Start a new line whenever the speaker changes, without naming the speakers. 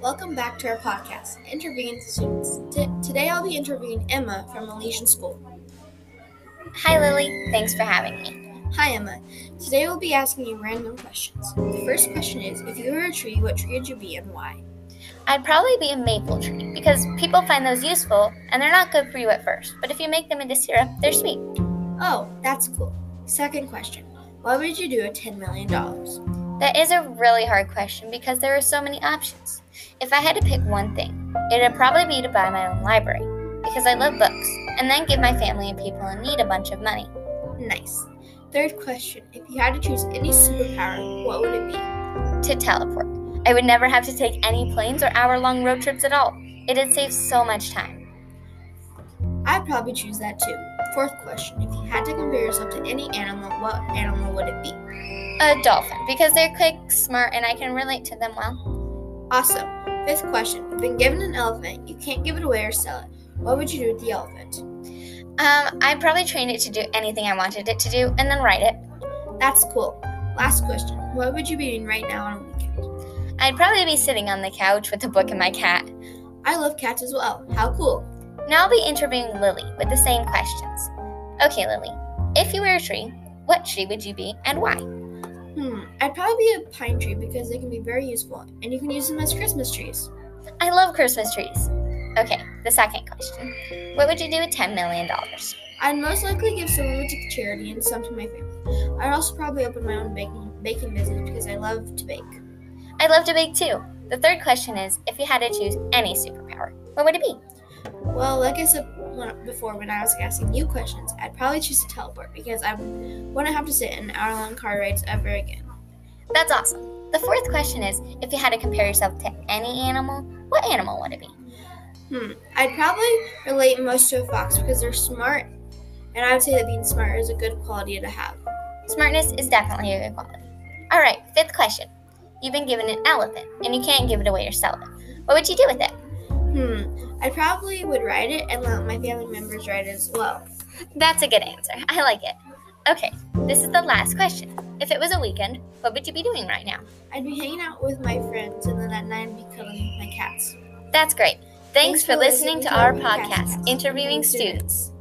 Welcome back to our podcast, Interviewing Students. T- today I'll be interviewing Emma from Elysian School.
Hi, Lily. Thanks for having me.
Hi, Emma. Today we'll be asking you random questions. The first question is If you were a tree, what tree would you be and why?
I'd probably be a maple tree because people find those useful and they're not good for you at first, but if you make them into syrup, they're sweet.
Oh, that's cool. Second question What would you do with $10 million?
That is a really hard question because there are so many options. If I had to pick one thing, it'd probably be to buy my own library because I love books and then give my family and people in need a bunch of money.
Nice. Third question If you had to choose any superpower, what would it be?
to teleport. I would never have to take any planes or hour long road trips at all. It'd save so much time.
I'd probably choose that too. Fourth question If you had to compare yourself to any animal, what animal would it be?
A dolphin, because they're quick, smart, and I can relate to them well.
Awesome. Fifth question. You've been given an elephant. You can't give it away or sell it. What would you do with the elephant?
Um, I probably trained it to do anything I wanted it to do and then ride it.
That's cool. Last question. What would you be doing right now on a weekend?
I'd probably be sitting on the couch with a book and my cat.
I love cats as well. How cool.
Now I'll be interviewing Lily with the same questions. Okay, Lily, if you were a tree, what tree would you be and why?
Hmm. I'd probably be a pine tree because they can be very useful and you can use them as Christmas trees.
I love Christmas trees. Okay, the second question. What would you do with $10 million?
I'd most likely give some of it to charity and some to my family. I'd also probably open my own baking baking business because I love to bake.
I love to bake too. The third question is if you had to choose any superpower, what would it be?
Well, like I said when- before, when I was asking you questions, I'd probably choose to teleport because I wouldn't have to sit in hour long car rides ever again.
That's awesome. The fourth question is if you had to compare yourself to any animal, what animal would it be?
Hmm. I'd probably relate most to a fox because they're smart, and I would say that being smart is a good quality to have.
Smartness is definitely a good quality. All right, fifth question. You've been given an elephant and you can't give it away or sell it. What would you do with it?
Hmm. I probably would ride it and let my family members ride it as well.
That's a good answer. I like it. Okay, this is the last question. If it was a weekend, what would you be doing right now?
I'd be hanging out with my friends, and then at night I'd be cuddling with my cats.
That's great. Thanks, for listening to our podcast, Interviewing Students.